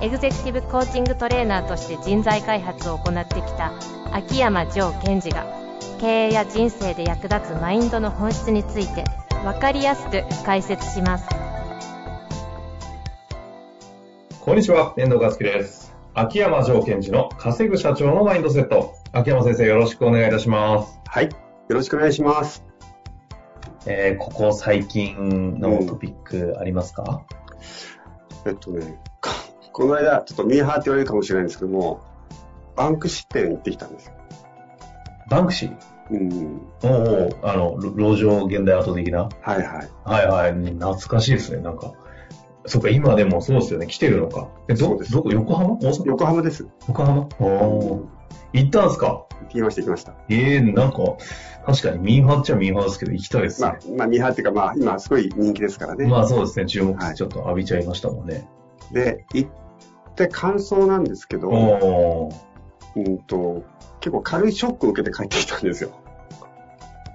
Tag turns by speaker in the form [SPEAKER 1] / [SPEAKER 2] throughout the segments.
[SPEAKER 1] エグゼクティブコーチングトレーナーとして人材開発を行ってきた秋山城賢治が経営や人生で役立つマインドの本質について分かりやすく解説します
[SPEAKER 2] こんにちは、遠藤和樹です。秋山城賢治の稼ぐ社長のマインドセット。秋山先生、よろしくお願いいたします。
[SPEAKER 3] はい。よろしくお願いします。
[SPEAKER 2] えー、ここ最近のトピックありますか、
[SPEAKER 3] えっとね、かこの間、ちょっとミーハーって言われるかもしれないんですけども、バンクシ店行ってきたんですよ。
[SPEAKER 2] バンクシー
[SPEAKER 3] うん。
[SPEAKER 2] おうおう、あの、ろ路上現代アート的な。
[SPEAKER 3] はいはい。
[SPEAKER 2] はいはい、懐かしいですね、なんか。そっか、今でもそうですよね、来てるのか。え、
[SPEAKER 3] そ
[SPEAKER 2] ど
[SPEAKER 3] う、です
[SPEAKER 2] どこ、横浜大阪
[SPEAKER 3] 横浜です。
[SPEAKER 2] 横浜おー行ったんすか
[SPEAKER 3] 行きました行きました。
[SPEAKER 2] ええー、なんか、確かにミーハーっちゃミーハーですけど、行きたいです
[SPEAKER 3] ま
[SPEAKER 2] ね
[SPEAKER 3] あ。、まあ、ミーハーっていうか、まあ、今すごい人気ですからね。
[SPEAKER 2] まあそうですね、注
[SPEAKER 3] は
[SPEAKER 2] 目
[SPEAKER 3] い
[SPEAKER 2] ちょっと浴びちゃいましたもんね。
[SPEAKER 3] で、行って感想なんですけど、
[SPEAKER 2] おー
[SPEAKER 3] うんと、結構軽いショックを受けて帰ってきたんですよ。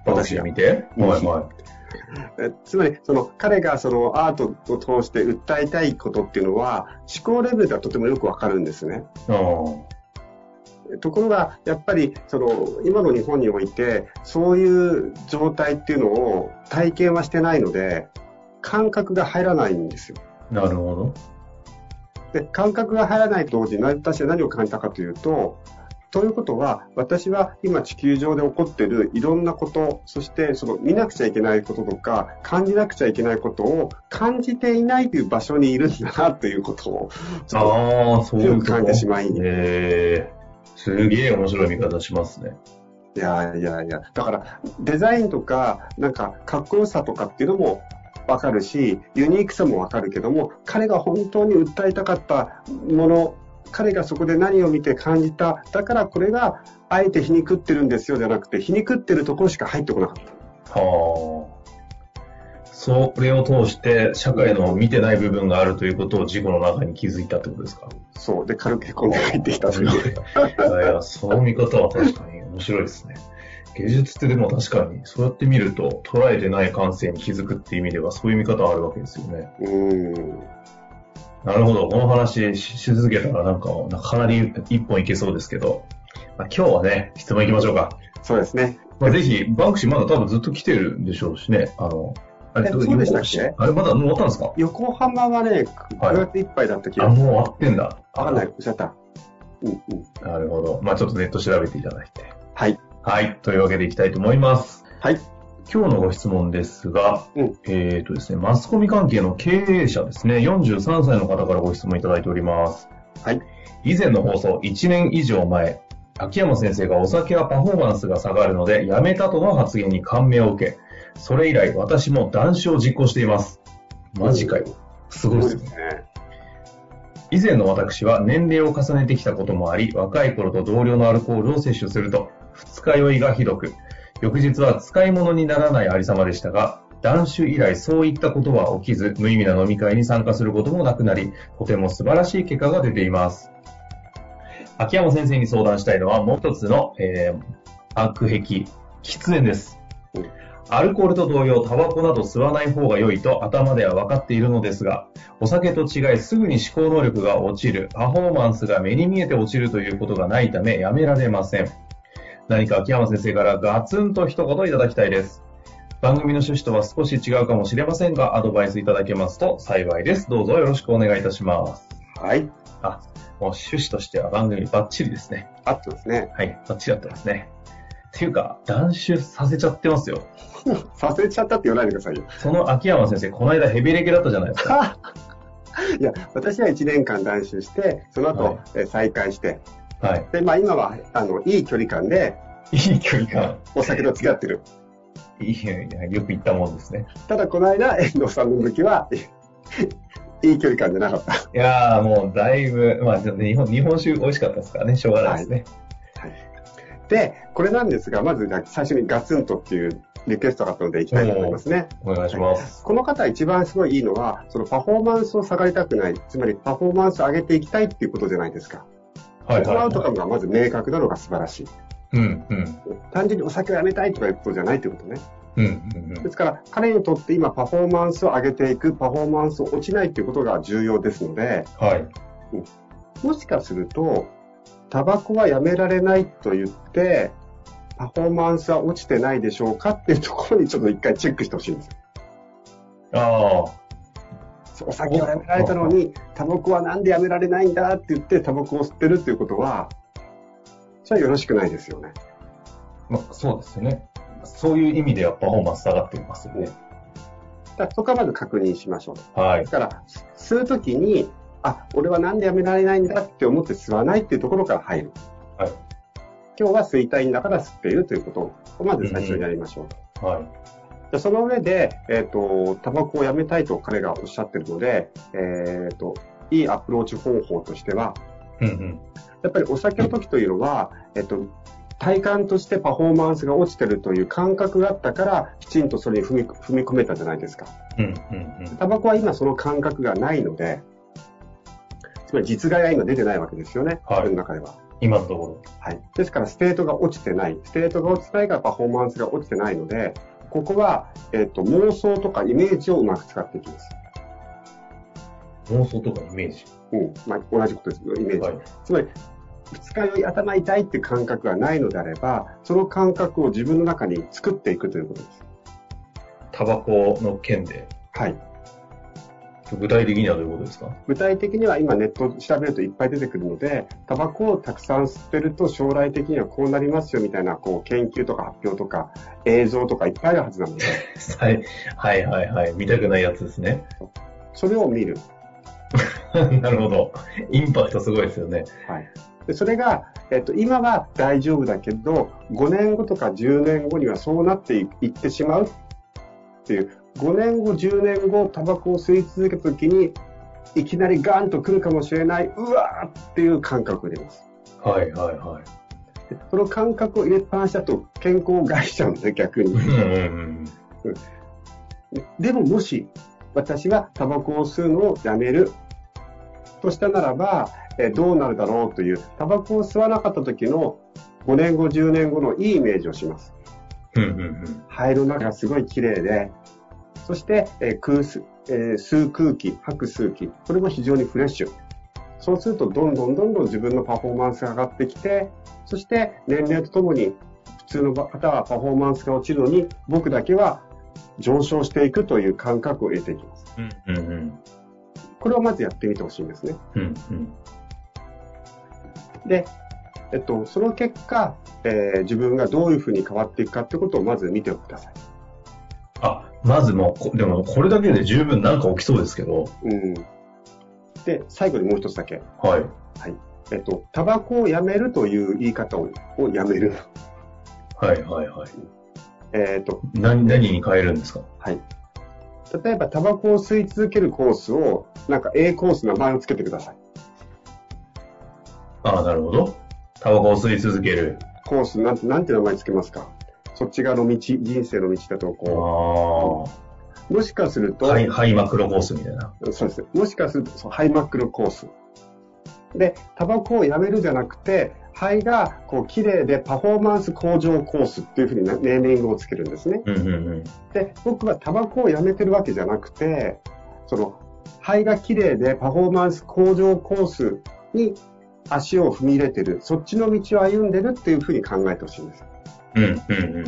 [SPEAKER 2] 私が見て。
[SPEAKER 3] うん
[SPEAKER 2] はいはい。
[SPEAKER 3] えつまり、その、彼がそのアートを通して訴えたいことっていうのは、思考レベルではとてもよくわかるんですね。
[SPEAKER 2] あー
[SPEAKER 3] ところが、やっぱりその今の日本において、そういう状態っていうのを体験はしてないので、感覚が入らないんですよ。
[SPEAKER 2] なるほど。
[SPEAKER 3] で感覚が入らないと同時に、私は何を感じたかというと、ということは、私は今地球上で起こっているいろんなこと、そしてその見なくちゃいけないこととか、感じなくちゃいけないことを感じていないという場所にいるんだなということを、ちょっ
[SPEAKER 2] ああ、そ
[SPEAKER 3] と
[SPEAKER 2] うい
[SPEAKER 3] 強
[SPEAKER 2] う
[SPEAKER 3] く感じてしまい、
[SPEAKER 2] えー、すげえ面白い見方しますね。
[SPEAKER 3] いやいやいや、だからデザインとか、なんかかっこよさとかっていうのもわかるし、ユニークさもわかるけども、彼が本当に訴えたかったもの、彼がそこで何を見て感じた、だからこれがあえて皮肉ってるんですよじゃなくて、皮肉ってるところしか入ってこなかった。
[SPEAKER 2] はあ。それを通して社会の見てない部分があるということを事故の中に気づいたってことですか
[SPEAKER 3] そう、で、軽くへこんで入ってきたという。
[SPEAKER 2] いやいや、その見方は確かに面白いですね。芸術ってでも確かに、そうやって見ると、捉えてない感性に気づくっていう意味では、そういう見方はあるわけですよね。
[SPEAKER 3] うん。
[SPEAKER 2] なるほど。この話しし続けたら、なんか、かなり一本いけそうですけど、まあ、今日はね、質問いきましょうか。
[SPEAKER 3] そうですね。
[SPEAKER 2] まあ、ぜひ、バンクシーまだ多分ずっと来てるんでしょうしね。あの、あ
[SPEAKER 3] えそうでしたっけ
[SPEAKER 2] どあれ、まだ乗ったんですか
[SPEAKER 3] 横浜はね、5月いっぱいだった気
[SPEAKER 2] あ、
[SPEAKER 3] が
[SPEAKER 2] もう終わってんだ。
[SPEAKER 3] わかんない、おっしゃった。うんうん。
[SPEAKER 2] なるほど。まあちょっとネット調べていただいて。
[SPEAKER 3] はい。
[SPEAKER 2] はい。というわけでいきたいと思います。
[SPEAKER 3] はい。
[SPEAKER 2] 今日のご質問ですが、
[SPEAKER 3] うん
[SPEAKER 2] えっ、とですね、マスコミ関係の経営者ですね、43歳の方からご質問いただいております。
[SPEAKER 3] はい。
[SPEAKER 2] 以前の放送、1年以上前、秋山先生がお酒はパフォーマンスが下がるので、やめたとの発言に感銘を受け、それ以来私も断酒を実行しています。マジかよ。すごいですね。
[SPEAKER 3] ね。
[SPEAKER 2] 以前の私は年齢を重ねてきたこともあり、若い頃と同僚のアルコールを摂取すると、二日酔いがひどく、翌日は使い物にならないありさまでしたが、断酒以来そういったことは起きず、無意味な飲み会に参加することもなくなり、とても素晴らしい結果が出ています。秋山先生に相談したいのは、もう一つの、えー、悪癖、喫煙です。アルコールと同様、タバコなど吸わない方が良いと頭では分かっているのですが、お酒と違いすぐに思考能力が落ちる、パフォーマンスが目に見えて落ちるということがないためやめられません。何か秋山先生からガツンと一言いただきたいです。番組の趣旨とは少し違うかもしれませんが、アドバイスいただけますと幸いです。どうぞよろしくお願いいたします。
[SPEAKER 3] はい。
[SPEAKER 2] あ、もう趣旨としては番組バッチリですね。
[SPEAKER 3] あったですね。
[SPEAKER 2] はい、バッチリだったですね。っていうか、断酒させちゃってますよ。
[SPEAKER 3] させちゃったって言わないでください よ。
[SPEAKER 2] その秋山先生、この間ヘビレケだったじゃないですか。
[SPEAKER 3] いや、私は1年間断酒して、その後、
[SPEAKER 2] はい
[SPEAKER 3] えー再開して、
[SPEAKER 2] はい。
[SPEAKER 3] で、まあ今は、あの、いい距離感で
[SPEAKER 2] いい距離感。
[SPEAKER 3] お酒と付き合ってる。
[SPEAKER 2] いいよく言ったもんですね。
[SPEAKER 3] ただ、この間、遠藤さんの時は、 いい距離感じゃなかった。
[SPEAKER 2] いやー、もうだいぶ、まあ、ちょっと日本、日本酒美味しかったですからね、しょうがないですね。
[SPEAKER 3] で、これなんですが、まずじゃあ最初にガツンとっていうリクエストがあったのでいきたいと思いますね。
[SPEAKER 2] お願いします。
[SPEAKER 3] この方一番すごいいいのは、そのパフォーマンスを下がりたくない、つまりパフォーマンスを上げていきたいっていうことじゃないですか。
[SPEAKER 2] はい、
[SPEAKER 3] このアウトカ
[SPEAKER 2] は
[SPEAKER 3] ムがまず明確なのが素晴らしい。
[SPEAKER 2] い。うん、うん、
[SPEAKER 3] 単純にお酒をやめたいとかいうことじゃないってことね。
[SPEAKER 2] うん、うん
[SPEAKER 3] ですから、彼にとって今パフォーマンスを上げていく、パフォーマンスを落ちないっていうことが重要ですので、
[SPEAKER 2] うん。はい。
[SPEAKER 3] もしかすると、タバコはやめられないと言って、パフォーマンスは落ちてないでしょうかっていうところにちょっと一回チェックしてほしいんですよ
[SPEAKER 2] ああ、
[SPEAKER 3] お酒をやめられたのに、タバコはなんでやめられないんだって言って、タバコを吸ってるっていうことは、それはよろしくないですよね。
[SPEAKER 2] まあ、そうですね。そういう意味ではパフォーマンス下がっていますよね。
[SPEAKER 3] だからそこはまず確認しましょう。
[SPEAKER 2] はい
[SPEAKER 3] だ。から、吸うときに、あ、俺はなんでやめられないんだって思って吸わないっていうところから入る。
[SPEAKER 2] はい。
[SPEAKER 3] 今日は吸いたいんだから吸っているということを、まず最初にやりましょう。
[SPEAKER 2] はい。
[SPEAKER 3] でその上で、えっ、と、タバコをやめたいと彼がおっしゃってるので、えっ、と、いいアプローチ方法としては、
[SPEAKER 2] うん、
[SPEAKER 3] やっぱりお酒の時というのは、えっと、体感としてパフォーマンスが落ちてるという感覚があったから、きちんとそれに踏み踏み込めたじゃないですか。
[SPEAKER 2] うん。うん、うん、うん。
[SPEAKER 3] タバコは今その感覚がないので、つまり実害が今出てないわけですよね、
[SPEAKER 2] はい
[SPEAKER 3] 自分の中では。
[SPEAKER 2] 今のとこ
[SPEAKER 3] はい。ですから、ステートが落ちてない。ステートが落ちてないからパフォーマンスが落ちてないので、ここは、えっと、妄想とかイメージをうまく使っていきます。
[SPEAKER 2] ろ、妄想とかイメージ。
[SPEAKER 3] うん。まあ、同じことです。イメージ。
[SPEAKER 2] はい。
[SPEAKER 3] つまり、二日酔い頭痛いっていう感覚がないのであれば、その感覚を自分の中に作っていくということです。
[SPEAKER 2] タバコの件で、
[SPEAKER 3] はい。
[SPEAKER 2] 具体的にはどういうことですか
[SPEAKER 3] 具体的には今ネット調べるといっぱい出てくるので、タバコをたくさん吸ってると将来的にはこうなりますよみたいな、こう、研究とか発表とか映像とかいっぱいあるはずなので、
[SPEAKER 2] はい、はい、はい、はい。見たくないやつですね。
[SPEAKER 3] それを見る。
[SPEAKER 2] なるほど。インパクトすごいですよね。
[SPEAKER 3] はい。でそれが、えっと、今は大丈夫だけど、5年後とか10年後にはそうなっていいってしまうっていう、5年後、10年後、タバコを吸い続けたときに、いきなりガンと来るかもしれない、うわーっていう感覚が出ます。
[SPEAKER 2] はい、はい、はい。
[SPEAKER 3] でその感覚を入れっぱなしだと健康を害しちゃうんですよ、逆に
[SPEAKER 2] う。ん、うん、
[SPEAKER 3] でももし、私はタバコを吸うのをやめるとしたならば、えーどうなるだろうという、タバコを吸わなかった時の5年後、10年後のいいイメージをします。
[SPEAKER 2] うん。うん、うん、
[SPEAKER 3] 肺の中がすごい綺麗で、そして、えー空すえー吸う空気、吐く吸う気、これも非常にフレッシュ。そうすると、どんどんどんどん自分のパフォーマンスが上がってきて、そして年齢とともに、普通の方はパフォーマンスが落ちるのに、僕だけは上昇していくという感覚を得ていきます。
[SPEAKER 2] うん。うん、うん。
[SPEAKER 3] これをまずやってみてほしいんですね。
[SPEAKER 2] うん、うん。
[SPEAKER 3] で、えっと、その結果、えー自分がどういうふうに変わっていくかってことをまず見てください。
[SPEAKER 2] あ、まずもうこ、でもこれだけで十分なんか起きそうですけど。
[SPEAKER 3] うん。で、最後にもう一つだけ。
[SPEAKER 2] はい。
[SPEAKER 3] えっと、タバコをやめるという言い方ををやめる。
[SPEAKER 2] はい、はい、はい。
[SPEAKER 3] えっと、
[SPEAKER 2] 何、何に変えるんですか
[SPEAKER 3] はい。例えば、タバコを吸い続けるコースを、なんか A コースの名前をつけてください。
[SPEAKER 2] ああ、なるほど。タバコを吸い続ける。
[SPEAKER 3] コースなんて、なんて名前つけますかそっち側の道、人生の道だと、
[SPEAKER 2] あ
[SPEAKER 3] こ
[SPEAKER 2] あ。
[SPEAKER 3] う、もしかすると、
[SPEAKER 2] はい、はい、マクロコースみたいな。
[SPEAKER 3] そうですね。もしかすると、そうハイマックのコース。で、タバコをやめるじゃなくて、肺が、こう、綺麗でパフォーマンス向上コースっていうふうになネーミングをつけるんですね。
[SPEAKER 2] うん、うん、うん。
[SPEAKER 3] で、僕はタバコをやめてるわけじゃなくて、その、肺が綺麗でパフォーマンス向上コースに足を踏み入れてる、そっちの道を歩んでるっていうふうに考えてほしいんです。
[SPEAKER 2] うん、うん、うん。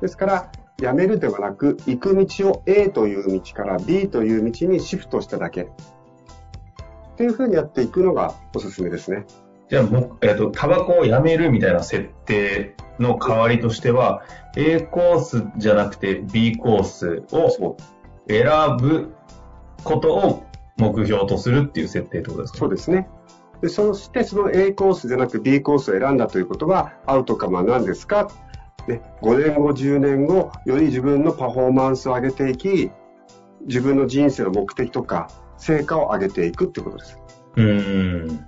[SPEAKER 3] ですから、やめるではなく、行く道を A という道から B という道にシフトしただけ。っていうふうにやっていくのがおすすめですね。
[SPEAKER 2] じゃあ、もうえっ、と、タバコをやめるみたいな設定の代わりとしては、A コースじゃなくて B コースを
[SPEAKER 3] そう
[SPEAKER 2] 選ぶことを目標とするっていう設定ってことですか
[SPEAKER 3] そうですね。で、そしてその A コースじゃなく B コースを選んだということは、アウトカムは何ですかね、5年後、10年後、より自分のパフォーマンスを上げていき、自分の人生の目的とか、成果を上げていくってことです。
[SPEAKER 2] うーん。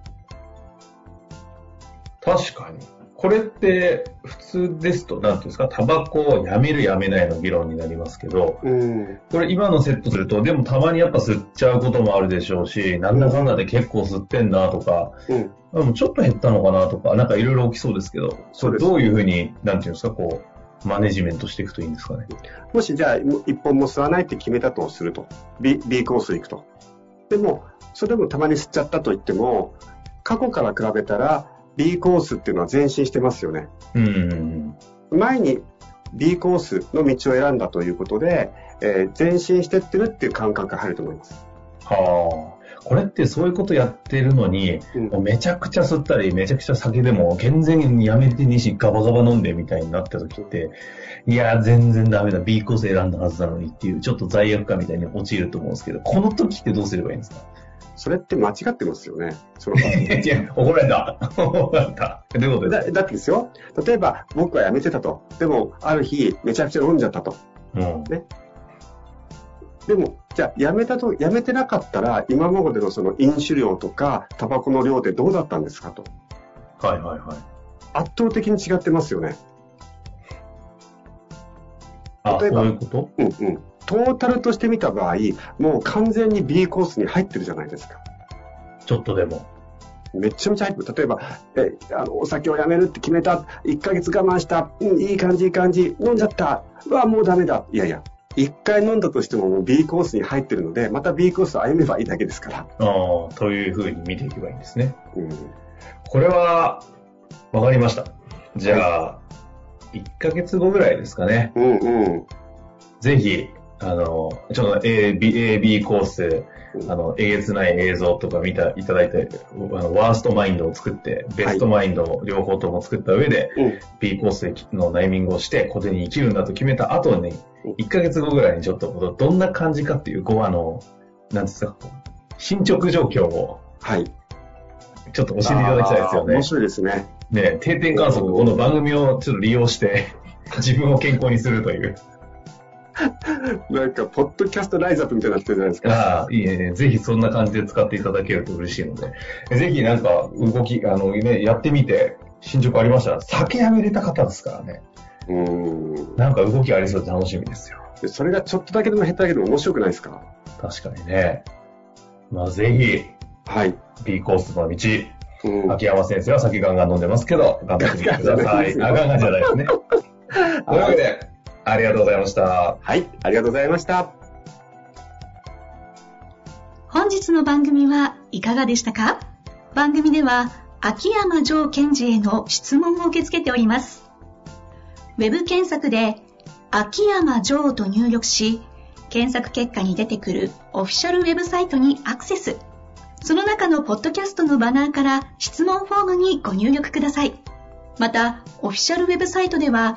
[SPEAKER 2] 確かに。これって普通ですと、なんていうんですか、タバコをやめるやめないの議論になりますけど、
[SPEAKER 3] うん。
[SPEAKER 2] これ今のセットすると、でもたまにやっぱ吸っちゃうこともあるでしょうし、なんだかんだで結構吸ってんなとか、
[SPEAKER 3] うん。
[SPEAKER 2] でもちょっと減ったのかなとか、なんかいろいろ起きそうですけど、
[SPEAKER 3] そうです
[SPEAKER 2] どういうふうに、なんていうんですか、こう、マネジメントしていくといいんですかね。
[SPEAKER 3] もしじゃあ、もう一本も吸わないって決めたとすると。B, B コース行くと。でも、それでもたまに吸っちゃったと言っても、過去から比べたら B コースっていうのは前進してますよね。
[SPEAKER 2] うんうんうん。
[SPEAKER 3] 前に B コースの道を選んだということで、えー前進してってるっていう感覚が入ると思います。
[SPEAKER 2] はあ。これってそういうことやってるのに、
[SPEAKER 3] うん
[SPEAKER 2] もうめちゃくちゃ吸ったり、めちゃくちゃ酒でも、健全にやめてにし、ガバガバ飲んでみたいになった時って、いやー、全然ダメだ、B コース選んだはずなのにっていう、ちょっと罪悪感みたいに陥ると思うんですけど、この時ってどうすればいいんですか
[SPEAKER 3] それって間違ってますよね。その場合
[SPEAKER 2] いや、怒られた。怒られた。どういうことです
[SPEAKER 3] だだってですよ、例えば僕は辞めてたと。でも、ある日、めちゃくちゃ飲んじゃったと。
[SPEAKER 2] かうん。
[SPEAKER 3] でも、じゃあ、やめたと、やめてなかったら、今までのその飲酒量とか、タバコの量ってどうだったんですかと。
[SPEAKER 2] はいはいはい。
[SPEAKER 3] 圧倒的に違ってますよね。
[SPEAKER 2] あ、
[SPEAKER 3] 例えば
[SPEAKER 2] そういうこと
[SPEAKER 3] うんうん。トータルとして見た場合、もう完全に B コースに入ってるじゃないですか。
[SPEAKER 2] ちょっとでも。
[SPEAKER 3] めちゃめちゃ入ってる。例えば、えあのお酒をやめるって決めた、1ヶ月我慢した、うん、いい感じ、いい感じ、飲んじゃった、うわ、もうダメだ。いやいや、1回飲んだとしてももう B コースに入ってるので、また B コースを歩めばいいだけですから。
[SPEAKER 2] ああ、というふうに見ていけばいいんですね。
[SPEAKER 3] うん。
[SPEAKER 2] これは、わかりました。じゃあ、1ヶ月後ぐらいですかね。
[SPEAKER 3] うんうん。
[SPEAKER 2] ぜひ、あの、ちょっと A、B、A、B コース、あの、えげつない映像とか見た、いただいて、あの、ワーストマインドを作って、ベストマインドを両方とも作った上で、
[SPEAKER 3] うん。
[SPEAKER 2] B コースのネーミングをして、小手に生きるんだと決めた後に、1ヶ月後ぐらいにちょっと、どんな感じかっていう、こう、あの、なんですか、こう進捗状況を、
[SPEAKER 3] はい。
[SPEAKER 2] ちょっと教えていただきたいですよ
[SPEAKER 3] あー
[SPEAKER 2] ね
[SPEAKER 3] 面。白いですね。
[SPEAKER 2] ね、定点観測、この番組をちょっと利用して、 自分を健康にするという。
[SPEAKER 3] なんか、ポッドキャストライズアップみたいになってるじゃないですか。
[SPEAKER 2] ああ、いいね。ぜひそんな感じで使っていただけると嬉しいので。えぜひなんか、動き、あのね、やってみて、進捗ありましたら、酒やめれた方ですからね。
[SPEAKER 3] うーん。
[SPEAKER 2] なんか動きありそうで楽しみですよ。
[SPEAKER 3] でそれがちょっとだけでも減っただけでも面白くないですか
[SPEAKER 2] 確かにね。まあ、ぜ
[SPEAKER 3] はい。
[SPEAKER 2] ひ、B コースの道、
[SPEAKER 3] うん。
[SPEAKER 2] 秋山先生は酒ガンガン飲んでますけど、頑張ってみてください。あ、ガンガンじゃないですね。というわけで、ありがとうございました。
[SPEAKER 3] はい。ありがとうございました。
[SPEAKER 4] 本日の番組はいかがでしたか番組では秋山城賢治への質問を受け付けております。ウェブ検索で秋山城と入力し、検索結果に出てくるオフィシャルウェブサイトにアクセス。その中のポッドキャストのバナーから質問フォームにご入力ください。また、オフィシャルウェブサイトでは